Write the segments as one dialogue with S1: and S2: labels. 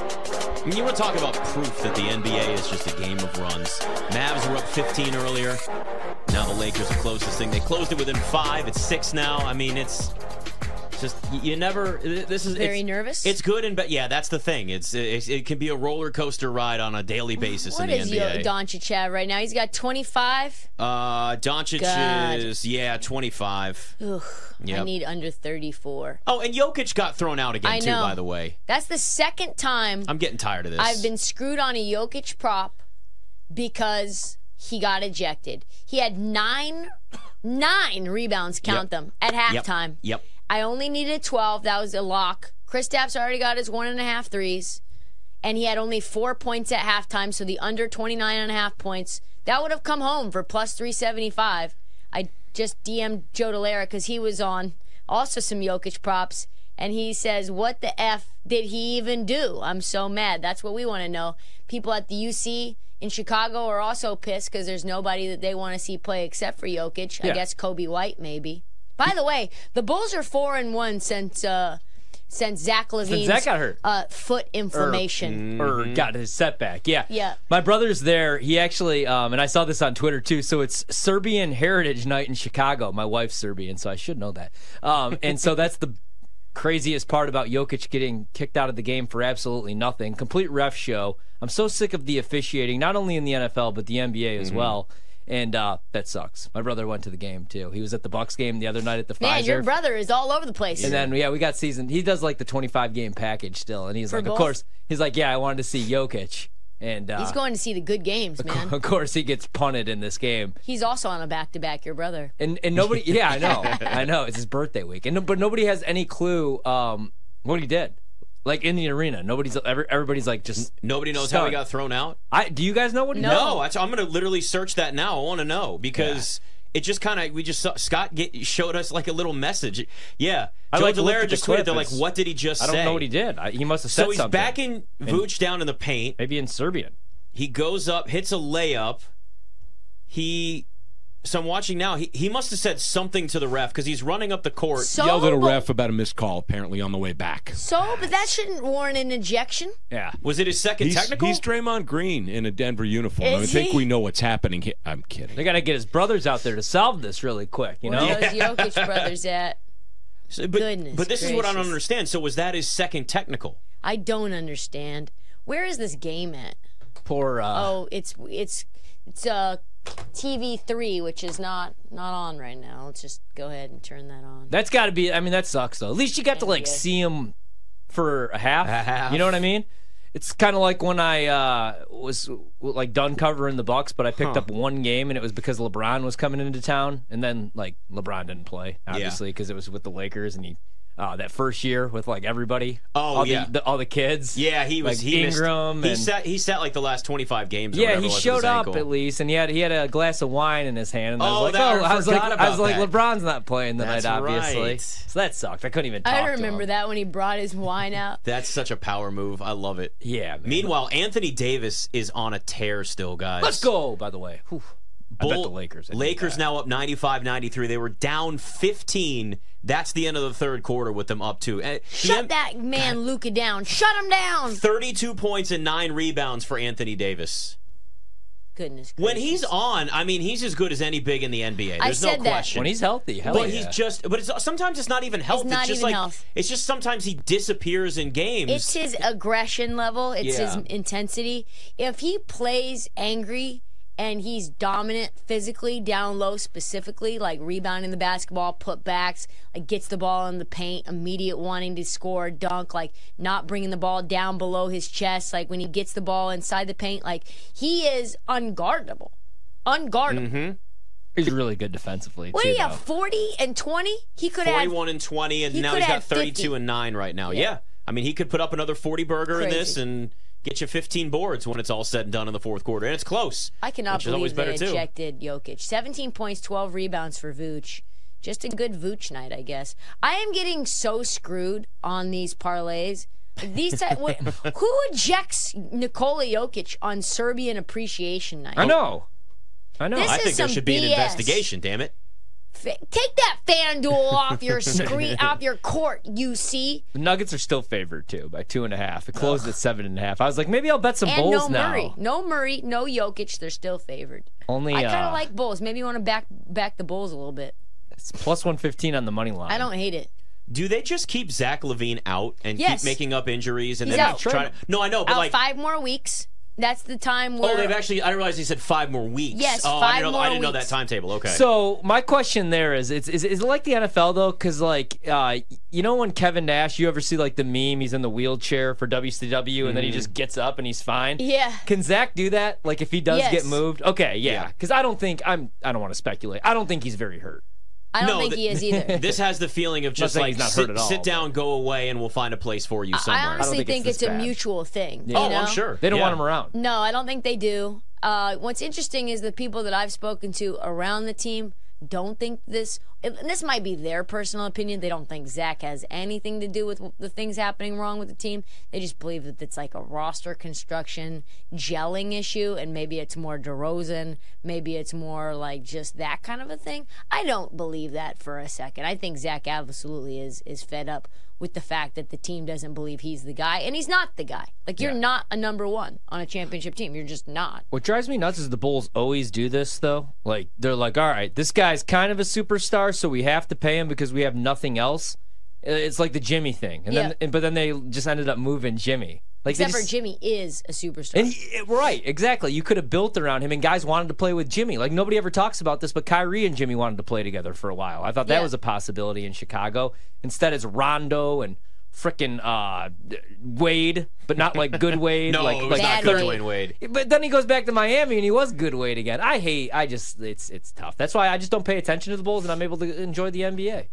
S1: I mean, you want to talk about proof that the NBA is just a game of runs. Mavs were up 15 earlier. Now the Lakers have closed this thing. They closed it within five. It's six now. I mean, it's just you never. This is
S2: Very
S1: it's-
S2: nervous?
S1: It's good and bad. Yeah, that's the thing. It's it, it can be a roller coaster ride on a daily basis
S2: What
S1: in the
S2: is
S1: NBA.
S2: Yo Doncic have right now? He's got 25.
S1: uh, Doncic
S2: God.
S1: is yeah 25.
S2: Ugh, I
S1: Yep.
S2: need under 34.
S1: Oh, and Jokic got thrown out again
S2: I
S1: too.
S2: know.
S1: By the way,
S2: That's the second time
S1: I'm getting tired of this.
S2: I've been screwed on a Jokic prop because he got ejected. He had nine, nine rebounds, count them, at
S1: yep.
S2: halftime.
S1: Yep.
S2: I only needed 12. That was a lock. Chris Stapps already got his one and a half threes, and he had only four points at halftime, so the under 29 and a half points, that would have come home for plus 375. I just DM'd Joe Delara because he was on also some Jokic props, and he says, What the F did he even do? I'm so mad. That's what we want to know. People at the UC in Chicago are also pissed because there's nobody that they want to see play except for Jokic. I
S1: Yeah.
S2: guess Kobe White, maybe. By the way, the Bulls are four and one since uh, since Zach Levine's
S3: Zach got hurt.
S2: Uh, foot inflammation.
S3: or got his setback. Yeah.
S2: Yeah.
S3: My brother's there. He actually, um, and I saw this on Twitter too. So it's Serbian Heritage Night in Chicago. My wife's Serbian, so I should know that. Um, and so that's the craziest part about Jokic getting kicked out of the game for absolutely nothing. Complete ref show. I'm so sick of the officiating, not only in the NFL but the NBA as well. And uh, that sucks. My brother went to the game too. He was at the Bucks game the other night at the
S2: Man,
S3: Pfizer.
S2: your brother is all over the place.
S3: And then yeah, we got season. He does like the 25 game package still, and he's like,
S2: both?
S3: of course, he's like, yeah, I wanted to see Jokic, and uh,
S2: He's going to see the good games, man.
S3: of course he gets punted in this game,
S2: He's also on a back to back, your brother.
S3: and and nobody, yeah, I know, I know, it's his birthday week, and no- but nobody has any clue um, what he did, like in the arena. Nobody's every, everybody's like just.
S1: Nobody knows how he
S3: Stunned.
S1: got thrown out.
S3: I do you guys know what he did?
S1: No, that's, I'm going to literally search that now. I want to know because it just kind of we just saw, Scott get, showed us like a little message. Yeah,
S3: I,
S1: Joe
S3: like, looked
S1: Delara
S3: at the
S1: just tweeted.
S3: clip.
S1: They're like,
S3: It's-
S1: "What did he just
S3: I don't
S1: say?"
S3: know what he did. I, he must have said
S1: So he's
S3: something.
S1: backing Vooch down in the paint.
S3: maybe in Serbian.
S1: He goes up, hits a layup. He, so I'm watching now. He he must have said something to the ref because he's running up the court.
S2: So,
S4: Yelled at a
S2: but,
S4: ref about a missed call apparently on the way back.
S2: so, but that shouldn't warrant an ejection.
S3: Yeah,
S1: Was it his second
S4: He's,
S1: technical?
S4: he's Draymond Green in a Denver uniform. I
S2: Is
S4: think
S2: he?
S4: we know what's happening here. I'm
S3: they
S4: kidding.
S3: got to get his brothers out there to solve this really quick. You
S2: Where
S3: know,
S2: are those Jokic brothers at?
S1: So- but,
S2: Goodness
S1: but this is what I don't
S2: gracious.
S1: understand. So was that his second technical?
S2: I don't understand. Where is this game at?
S3: poor. Uh,
S2: Oh, it's it's it's uh TV three, which is not not on right now. Let's just go ahead and turn that on.
S3: That's got to be. I mean, that sucks though. At least you got to like
S2: NBA.
S3: see him for a half.
S1: half.
S3: You know what I mean? It's kind of like when I uh, was like done covering the Bucks, but I picked up one game, and it was because LeBron was coming into town, and then like LeBron didn't play obviously because it was with the Lakers, and he uh, that first year with like everybody.
S1: Oh,
S3: all
S1: yeah.
S3: the, the, all the kids.
S1: Yeah, he was.
S3: Like
S1: he missed-
S3: Ingram
S1: he
S3: and-
S1: sat. He sat like the last 25 games. or
S3: Yeah,
S1: whatever it
S3: he
S1: was with
S3: showed
S1: his
S3: up
S1: ankle.
S3: at least, and he had he had a glass of wine in his hand, and I was
S1: Oh,
S3: like,
S1: that- I
S3: oh, I was like,
S1: forgot
S3: I was
S1: about that.
S3: like, LeBron's not playing tonight,
S1: That's
S3: obviously.
S1: right.
S3: So that sucked. I couldn't even. Talk
S2: I
S3: to
S2: remember
S3: him.
S2: that when he brought his wine out.
S1: That's such a power move. I love it.
S3: Yeah. Man.
S1: Meanwhile, Anthony Davis is on a tear still, guys.
S3: Let's go, by the way. Whew. I bet
S1: Bull-
S3: the Lakers. ended
S1: Lakers
S3: that.
S1: now up 95 93. They were down 15. That's the end of the third quarter with them up two. Eh, the
S2: Shut
S1: M-
S2: that man Luca down. Shut him down.
S1: 32 points and nine rebounds for Anthony Davis.
S2: Goodness.
S1: When
S2: gracious.
S1: he's on, I mean, he's as good as any big in the NBA. There's
S2: I
S1: no
S2: said that.
S1: question.
S3: When he's healthy, hell
S1: but
S3: yeah.
S1: he's just, but it's sometimes it's not even health. It's,
S2: not
S1: just
S2: even
S1: like
S2: health.
S1: it's just sometimes he disappears in games.
S2: it's his aggression level, it's
S1: Yeah.
S2: his intensity. If he plays angry and he's dominant physically down low specifically, like rebounding the basketball, putbacks, like gets the ball in the paint, immediate wanting to score, dunk, like not bringing the ball down below his chest, like when he gets the ball inside the paint, like he is unguardable. Unguardable.
S3: he's really good defensively
S2: What
S3: too.
S2: do you have?
S3: though.
S2: Forty and twenty? He could have
S1: 41 and 20, and
S2: he
S1: now
S2: could
S1: he's got
S2: have
S1: 32
S2: 50.
S1: and 9 right now. Yeah. I mean, he could put up another 40 burger in
S2: Crazy.
S1: this and get you 15 boards when it's all said and done in the fourth quarter. And it's close.
S2: I cannot
S1: which is always
S2: believe
S1: better,
S2: they
S1: too.
S2: ejected Jokic. 17 points, 12 rebounds for Vooch. Just a good Vooch night, I guess. I am getting so screwed on these parlays. These type, wait, who ejects Nikola Jokic on Serbian Appreciation Night?
S3: I know. I know.
S2: This
S1: I
S2: is
S1: think there
S2: some
S1: should be an
S2: BS.
S1: investigation, damn it.
S2: Fa- Take that FanDuel off your screen, off your court. You see,
S3: The Nuggets are still favored too by two and a half. It closed at seven and a half. I was like, maybe I'll bet some
S2: and no
S3: bulls now.
S2: Murray, no Murray, no Jokic. They're still favored.
S3: Only
S2: I kind
S3: uh,
S2: of like Bulls. Maybe you want to back back the Bulls a little bit.
S3: it's plus one fifteen on the money line.
S2: I don't hate it.
S1: Do they just keep Zach Levine out and
S2: Yes.
S1: keep making up injuries and
S2: He's
S1: then
S2: out.
S1: try to? No, I know, but
S2: Out
S1: like,
S2: five more weeks. That's the time where
S1: oh, they've actually. I didn't realize he said five more weeks.
S2: Yes,
S1: oh, I
S2: five
S1: didn't know, I
S2: more
S1: didn't know that
S2: weeks.
S1: timetable. Okay.
S3: So my question there is, it's is, is it like the NFL though? Because like, uh, you know, when Kevin Nash, you ever see like the meme? He's in the wheelchair for WCW, and
S1: Mm-hmm.
S3: then he just gets up and he's fine.
S2: Yeah.
S3: Can Zach do that? Like, if he does
S2: Yes.
S3: get moved? Okay, yeah.
S1: Yeah.
S3: Because I don't think I'm. I don't want to speculate. I don't think he's very hurt.
S2: I don't
S1: No,
S2: think
S1: th-
S2: he is either.
S1: this has the feeling of just
S3: saying
S1: like
S3: he's not
S1: sit,
S3: hurt at all,
S1: sit
S3: but-
S1: down, go away, and we'll find a place for you somewhere.
S2: I honestly
S3: think it's
S2: think,
S3: this
S2: it's, a
S3: bad.
S2: mutual thing.
S1: oh,
S2: you know?
S1: I'm sure.
S3: They don't
S1: Yeah.
S3: want him around.
S2: No, I don't think they do. Uh, what's interesting is the people that I've spoken to around the team don't think this. And this might be their personal opinion. They don't think Zach has anything to do with the things happening wrong with the team. They just believe that it's like a roster construction gelling issue, and maybe it's more DeRozan. Maybe it's more like just that kind of a thing. I don't believe that for a second. I think Zach absolutely is is fed up with the fact that the team doesn't believe he's the guy, and he's not the guy. Like you're not a number one on a championship team. You're just not.
S3: What drives me nuts is the Bulls always do this though. Like they're like, all right, this guy's kind of a superstar, so we have to pay him because we have nothing else. Uh, It's like the Jimmy thing, and
S2: Yeah.
S3: then and, but then they just ended up moving Jimmy. Like they
S2: Except
S3: just-
S2: for Jimmy is a superstar.
S3: And he, eh, right, exactly. You could have built around him, and guys wanted to play with Jimmy. Like nobody ever talks about this, but Kyrie and Jimmy wanted to play together for a while. I thought that
S2: Yeah.
S3: was a possibility in Chicago. Instead, it's Rondo and frickin' uh, Wade, but not like good Wade.
S1: No,
S3: like,
S1: it was
S3: like
S1: not
S2: Bad
S1: good
S2: Wade.
S1: Dwayne Wade.
S3: But then he goes back to Miami and he was good Wade again. I hate. I just it's it's tough. That's why I just don't pay attention to the Bulls and I'm able to enjoy the NBA.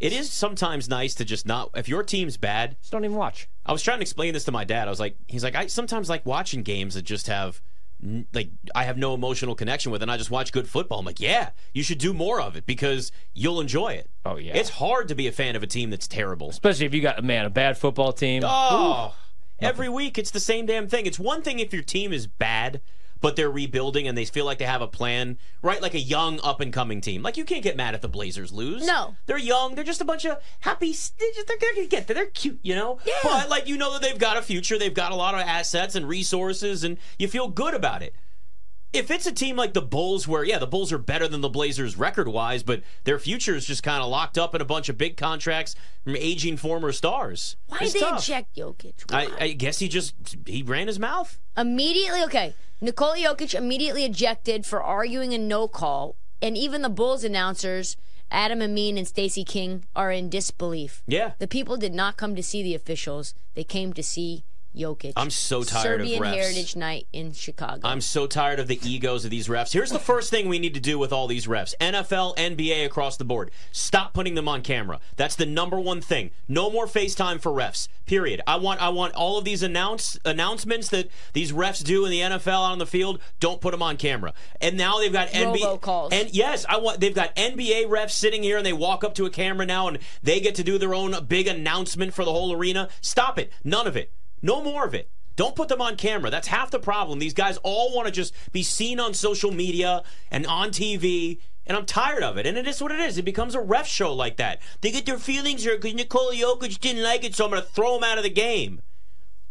S1: It is sometimes nice to just not. If your team's bad,
S3: Just don't even watch.
S1: I was trying to explain this to my dad. I was like, he's like, I sometimes like watching games that just have, n- like, I have no emotional connection with, and I just watch good football. I'm like, yeah, you should do more of it because you'll enjoy it.
S3: Oh, yeah.
S1: it's hard to be a fan of a team that's terrible.
S3: Especially if you got man a bad football team.
S1: Oh, every week it's the same damn thing. It's one thing if your team is bad, but they're rebuilding and they feel like they have a plan, right? Like a young up and coming team. Like you can't get mad if the Blazers lose.
S2: No.
S1: they're young. They're just a bunch of happy. They're, just, they're, they're gonna get there. They're cute, you know. Yeah. But like you know that they've got a future. They've got a lot of assets and resources, and you feel good about it if it's a team like the Bulls, where yeah, the Bulls are better than the Blazers record wise, but their future is just kind of locked up in a bunch of big contracts from aging former stars.
S2: Why
S1: It's
S2: did they
S1: tough.
S2: eject Jokic?
S1: I, I guess he just he ran his mouth.
S2: immediately okay. Nikola Jokic immediately ejected for arguing a no call, and even the Bulls announcers, Adam Amin and Stacey King, are in disbelief.
S1: Yeah.
S2: The people did not come to see the officials; they came to see Jokic.
S1: I'm so tired of
S2: Serbian
S1: refs.
S2: Heritage Night in Chicago.
S1: I'm so tired of the egos of these refs. Here's the first thing we need to do with all these refs NFL, NBA across the board. Stop putting them on camera. That's the number one thing. No more FaceTime for refs, period. I want I want all of these announce, announcements that these refs do in the NFL out on the field, don't put them on camera. And now they've got NBA.
S2: Robocalls.
S1: And yes, I want they've got NBA refs sitting here and they walk up to a camera now and they get to do their own big announcement for the whole arena. Stop it. None of it. No more of it. Don't put them on camera. That's half the problem. These guys all want to just be seen on social media and on TV. And I'm tired of it. And it is what it is. It becomes a ref show like that. They get their feelings hurt because Nikola Jokic didn't like it, so I'm going to throw him out of the game.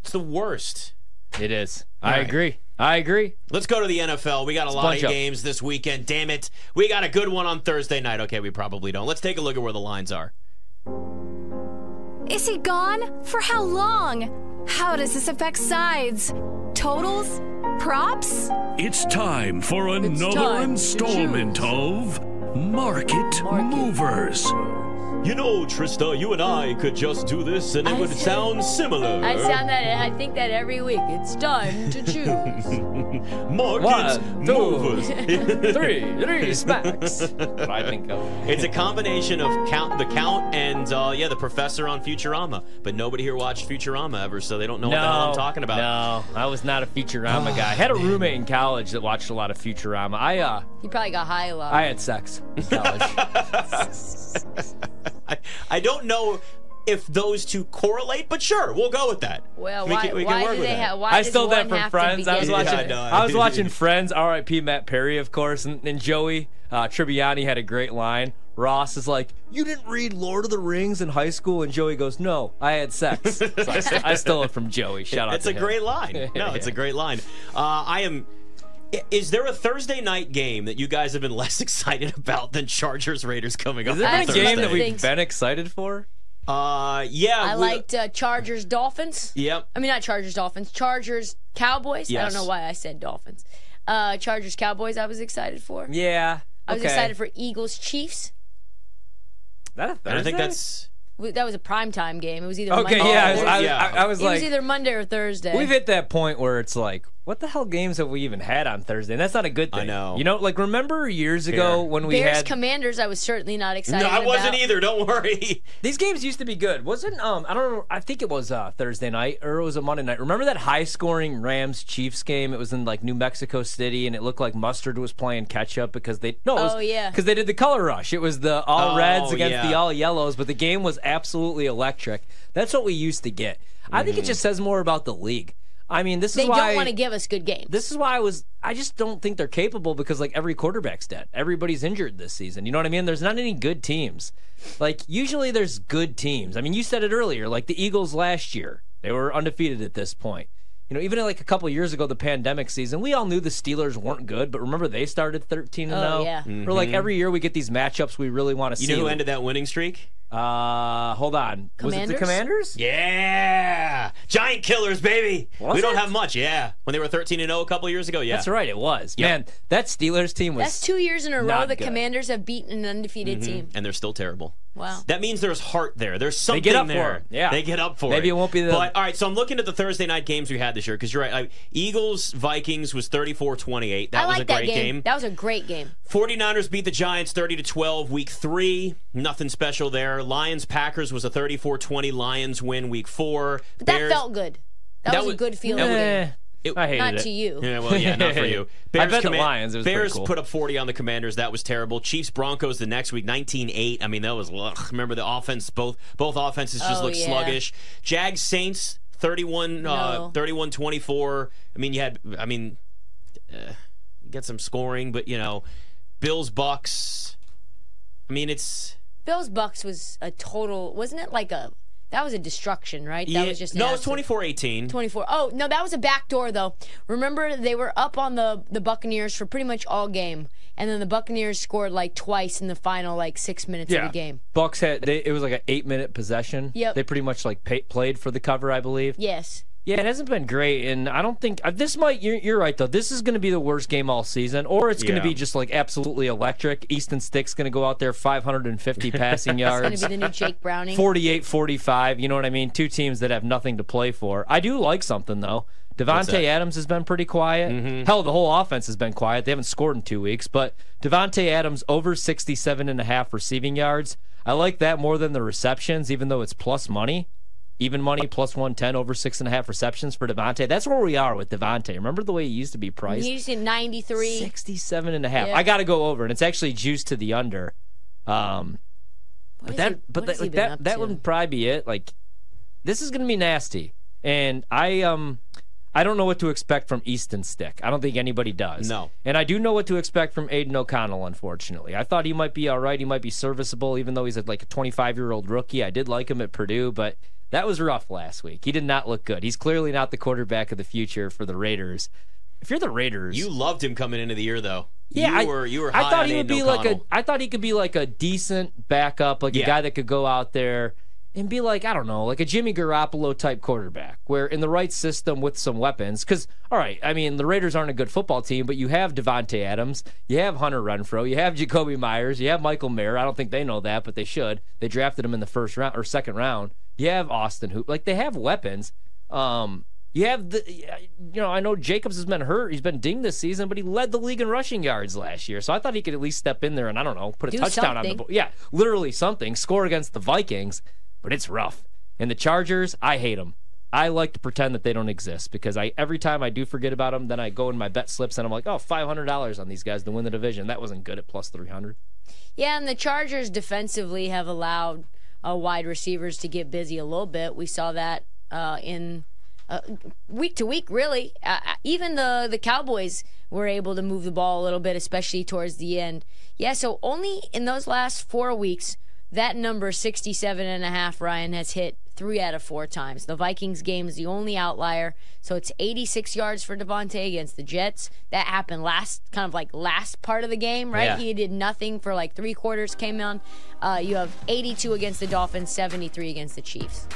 S1: It's the worst.
S3: It is. I
S1: right.
S3: agree. I agree.
S1: Let's go to the NFL. We got a lot
S3: bunch
S1: of
S3: up.
S1: games this weekend. Damn it. We got a good one on Thursday night. Okay, we probably don't. Let's take a look at where the lines are.
S5: Is he gone? For how long? How does this affect sides? Totals? Props?
S6: It's time for another
S2: time to
S6: installment of Market, Movers.
S1: You know, Trista, you and I could just do this and it
S2: I
S1: would
S2: see.
S1: sound similar.
S2: I sound that I think that every week. It's time to choose.
S1: Markets,
S3: One, two.
S1: movers.
S3: Three, three smacks. what I think of.
S1: it's a combination of count, the count and, uh, yeah, the professor on Futurama. But nobody here watched Futurama ever, so they don't know what the hell I'm talking about. Ah,
S3: No, I was not a Futurama guy. I had a roommate in college that watched a lot of Futurama. I uh,
S2: he probably got high a lot.
S3: I had sex in college.
S1: I, I don't know if those two correlate, but sure, we'll go with that.
S2: well,
S1: We
S2: why,
S1: can- we can
S2: why
S1: work
S2: do
S1: with
S2: they
S1: that.
S2: have? Why
S3: I
S2: does
S3: stole that
S2: one
S3: from
S2: have to
S3: Friends. I was
S2: begin-
S3: watching.
S1: I know.
S3: I was watching Friends. R.I.P. Matt Perry, of course, and, and Joey uh, Tribbiani had a great line. Ross is like, "You didn't read Lord of the Rings in high school," and Joey goes, "No, I had sex." So I, st- I stole it from Joey. Shout out.
S1: That's
S3: to
S1: a
S3: him.
S1: great line. No, it's a great line. Uh, I am. i- Is there a Thursday night game that you guys have been less excited about than Chargers Raiders coming up?
S3: Is there
S1: on
S3: been a
S2: Absolutely.
S3: game that
S1: Thursday?
S3: we've
S2: Thanks.
S3: been excited for?
S1: Uh, yeah,
S2: I
S1: we-
S2: liked uh, Chargers Dolphins.
S1: Yep.
S2: I mean, not Chargers Dolphins. Chargers Cowboys. I
S1: Yes.
S2: don't know why I said Dolphins. Uh, Chargers Cowboys. I was excited for.
S3: Yeah.
S2: I was
S3: okay.
S2: excited for Eagles Chiefs.
S3: That a
S1: I don't think
S3: Thursday?
S1: that's.
S2: W- That was a primetime game. It was either
S3: Okay,
S2: Monday
S3: yeah, I
S2: Or
S3: was,
S2: Thursday.
S3: I,
S1: Yeah.
S3: I- I was
S2: it
S3: like,
S2: was either Monday or Thursday.
S3: we've hit that point where it's like, what the hell games have we even had on Thursday? And that's not a good
S1: I
S3: thing.
S1: know.
S3: You know, like remember years ago
S1: Here.
S3: when we
S2: Bears
S3: had
S2: Commanders. I was certainly not excited.
S1: No, I wasn't
S2: about.
S1: either. Don't worry.
S3: these games used to be good. Wasn't um I don't know, I think it was uh Thursday night or it was a Monday night. Remember that high-scoring Rams Chiefs game? It was in like New Mexico City and it looked like Mustard was playing catch up because they No, it was
S2: Oh, yeah.
S3: cuz they did the color rush. It was the all
S1: Oh,
S3: reds against
S1: yeah.
S3: the all yellows, but the game was absolutely electric. That's what we used to get. I
S1: Mm-hmm.
S3: think it just says more about the league. I mean, this
S2: They
S3: is why
S2: don't want to give us good games.
S3: this is why I was I just don't think they're capable because like every quarterback's dead. Everybody's injured this season. You know what I mean? There's not any good teams. Like usually there's good teams. I mean, you said it earlier, like the Eagles last year. They were undefeated at this point. You know, even like a couple years ago, the pandemic season, we all knew the Steelers weren't good, but remember they started 13 and
S2: Oh,
S3: 0.
S2: yeah.
S3: Or like every year we get these matchups we really want to
S1: Mm-hmm. You
S3: see.
S1: know who ended that winning streak?
S3: uh, hold on. Was it the
S2: Commanders?
S3: Commanders?
S1: Yeah, Giant Killers, baby.
S3: Was
S1: we don't
S3: it?
S1: have much. Yeah, when they were 13 and 0 a couple years ago. Yeah,
S3: That's right, it was. Man, that Steelers team was
S2: That's two years in a row
S3: not
S2: the
S3: good.
S2: Commanders have beaten an undefeated team.
S1: And they're still terrible.
S2: Wow.
S1: That means there's heart there. There's something
S3: get up for
S1: there.
S3: it. Yeah.
S1: They get up for it.
S3: Maybe it won't be the-
S1: But all right, so I'm looking at the Thursday night games we had this year because you're right. I, Eagles Vikings was 34-28. That
S2: I
S1: was
S2: like
S1: a
S2: that
S1: great
S2: game. That was a great game.
S1: 49ers beat the Giants 30 to 12 week 3. Nothing special there. Lions Packers was a 34-20 Lions win week 4.
S2: But that
S1: Bears-
S2: felt good. That,
S1: That
S2: was,
S1: was-
S2: a good feeling.
S3: Eh,
S1: It-
S3: I hated
S2: Not
S3: it.
S2: to you.
S1: Yeah, well, yeah, not for you.
S3: I bet the Lions, it was pretty
S1: Bears
S3: cool.
S1: put up 40 on the Commanders. That was terrible. Chiefs Broncos the next week 19-8. I mean, that was ugh. remember the offense both both offenses just
S2: Oh,
S1: looked
S2: yeah.
S1: sluggish. Jags Saints 31 uh,
S2: No.
S1: 31-24. I mean, you had I mean uh, get some scoring, but you know, Bills Bucks. I mean, it's
S2: Bills Bucks was a total wasn't it like a that was a destruction, right? That
S1: yeah,
S2: was just an
S1: No, it's
S2: absolute-
S1: 24-18.
S2: 24. Oh, no, that was a backdoor though. Remember they were up on the the Buccaneers for pretty much all game. And then the Buccaneers scored like twice in the final like 6 minutes of the game.
S3: Bucks had they, it was like an eight minute possession.
S2: Yep.
S3: They pretty much like pay, played for the cover, I believe.
S2: Yes.
S3: Yeah, it hasn't been great, and I don't think uh, this might. You're, you're right though. This is going to be the worst game all season, or it's going
S1: Yeah.
S3: to be just like absolutely electric. Easton Stick's going to go out there 550 passing
S2: Going
S3: yards.
S2: to be the new Jake Browning.
S3: 48 45. You know what I mean? Two teams that have nothing to play for. I do like something, though. Devontae Adams has been pretty quiet. Hell, the whole offense has been quiet. They haven't scored in two weeks, but Devontae Adams over 67 and a half receiving yards. I like that more than the receptions, even though it's plus money. Even money plus 110 over six and a half receptions for Devontae. That's where we are with Devontae. Remember the way he used to be priced?
S2: He used to 93.
S3: 67 and a half.
S2: Yeah.
S3: I got to go over, and it's actually juiced to the under. Um, but
S2: is
S3: that,
S2: he-
S3: but
S2: what
S3: that,
S2: has he
S3: like
S2: been
S3: that,
S2: up
S3: that
S2: to?
S3: would probably be it. Like, this is gonna be nasty, and I um, I don't know what to expect from Easton Stick. I don't think anybody does.
S1: No.
S3: and I do know what to expect from Aiden O'Connell. Unfortunately, I thought he might be all right. He might be serviceable, even though he's a, like a 25 year old rookie. I did like him at Purdue, but. That was rough last week. He did not look good. He's clearly not the quarterback of the future for the Raiders. If you're the Raiders,
S1: You loved him coming into the year though. you
S3: yeah, I,
S1: were you were
S3: I
S1: high
S3: thought
S1: on
S3: he would
S1: Aiden
S3: be like a.
S1: O'Connell.
S3: I thought he could be like a decent backup, like
S1: Yeah.
S3: a guy that could go out there and be like I don't know, like a Jimmy Garoppolo type quarterback, where in the right system with some weapons. Because all right, I mean the Raiders aren't a good football team, but you have Devonte Adams, you have Hunter Renfro, you have Jacoby Myers, you have Michael Mayer. I don't think they know that, but they should. They drafted him in the first round or second round. You have Austin Hoop, like they have weapons. Um, you have the, you know, I know Jacobs has been hurt. He's been dinged this season, but he led the league in rushing yards last year. So I thought he could at least step in there and I don't know, put a
S2: Do
S3: touchdown on the
S2: something.
S3: board. Yeah, literally something. Score against the Vikings, but it's rough. And the Chargers, I hate them. I like to pretend that they don't exist because I every time I do forget about them, then I go in my bet slips and I'm like, oh, five hundred dollars on these guys to win the division. That wasn't good at plus three hundred.
S2: Yeah, and the Chargers defensively have allowed uh, wide receivers to get busy a little bit. We saw that uh, in uh, week to week, really. Uh, uh, even the the Cowboys were able to move the ball a little bit, especially towards the end. Yeah, so only in those last four weeks, that number 67 and a half, Ryan, has hit three out of four times. The Vikings game is the only outlier. So it's 86 yards for Devontae against the Jets. That happened last, kind of like last part of the game, right?
S3: Yeah.
S2: He did nothing for like three quarters, came on. Uh, you have 82 against the Dolphins, 73 against the Chiefs.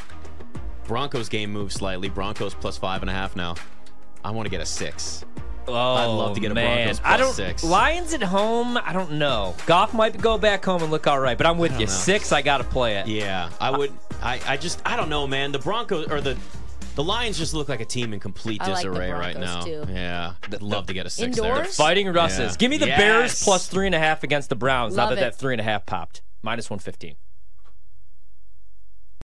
S1: Broncos game moved slightly. Broncos plus five and a half now. I want to get a six.
S3: Oh,
S1: I'd love to get a
S3: man.
S1: Broncos
S3: I
S1: plus
S3: don't,
S1: six.
S3: Lions at home, I don't know. Goff might go back home and look all right, but I'm with you.
S1: know.
S3: Six, I got to play it.
S1: Yeah, I
S2: Uh,
S1: would. I, I just I don't know, man. The Broncos or the the Lions just look like a team in complete
S2: I like the
S1: disarray right now.
S2: Broncos, too.
S1: Yeah, I'd love to get a six there.
S2: Indoors?
S3: Fighting Russes.
S1: Yeah.
S3: Give me the
S1: Yes.
S3: Bears plus three and a half against the Browns. now
S2: Love
S3: that
S2: it.
S3: that three and a half popped, minus one fifteen.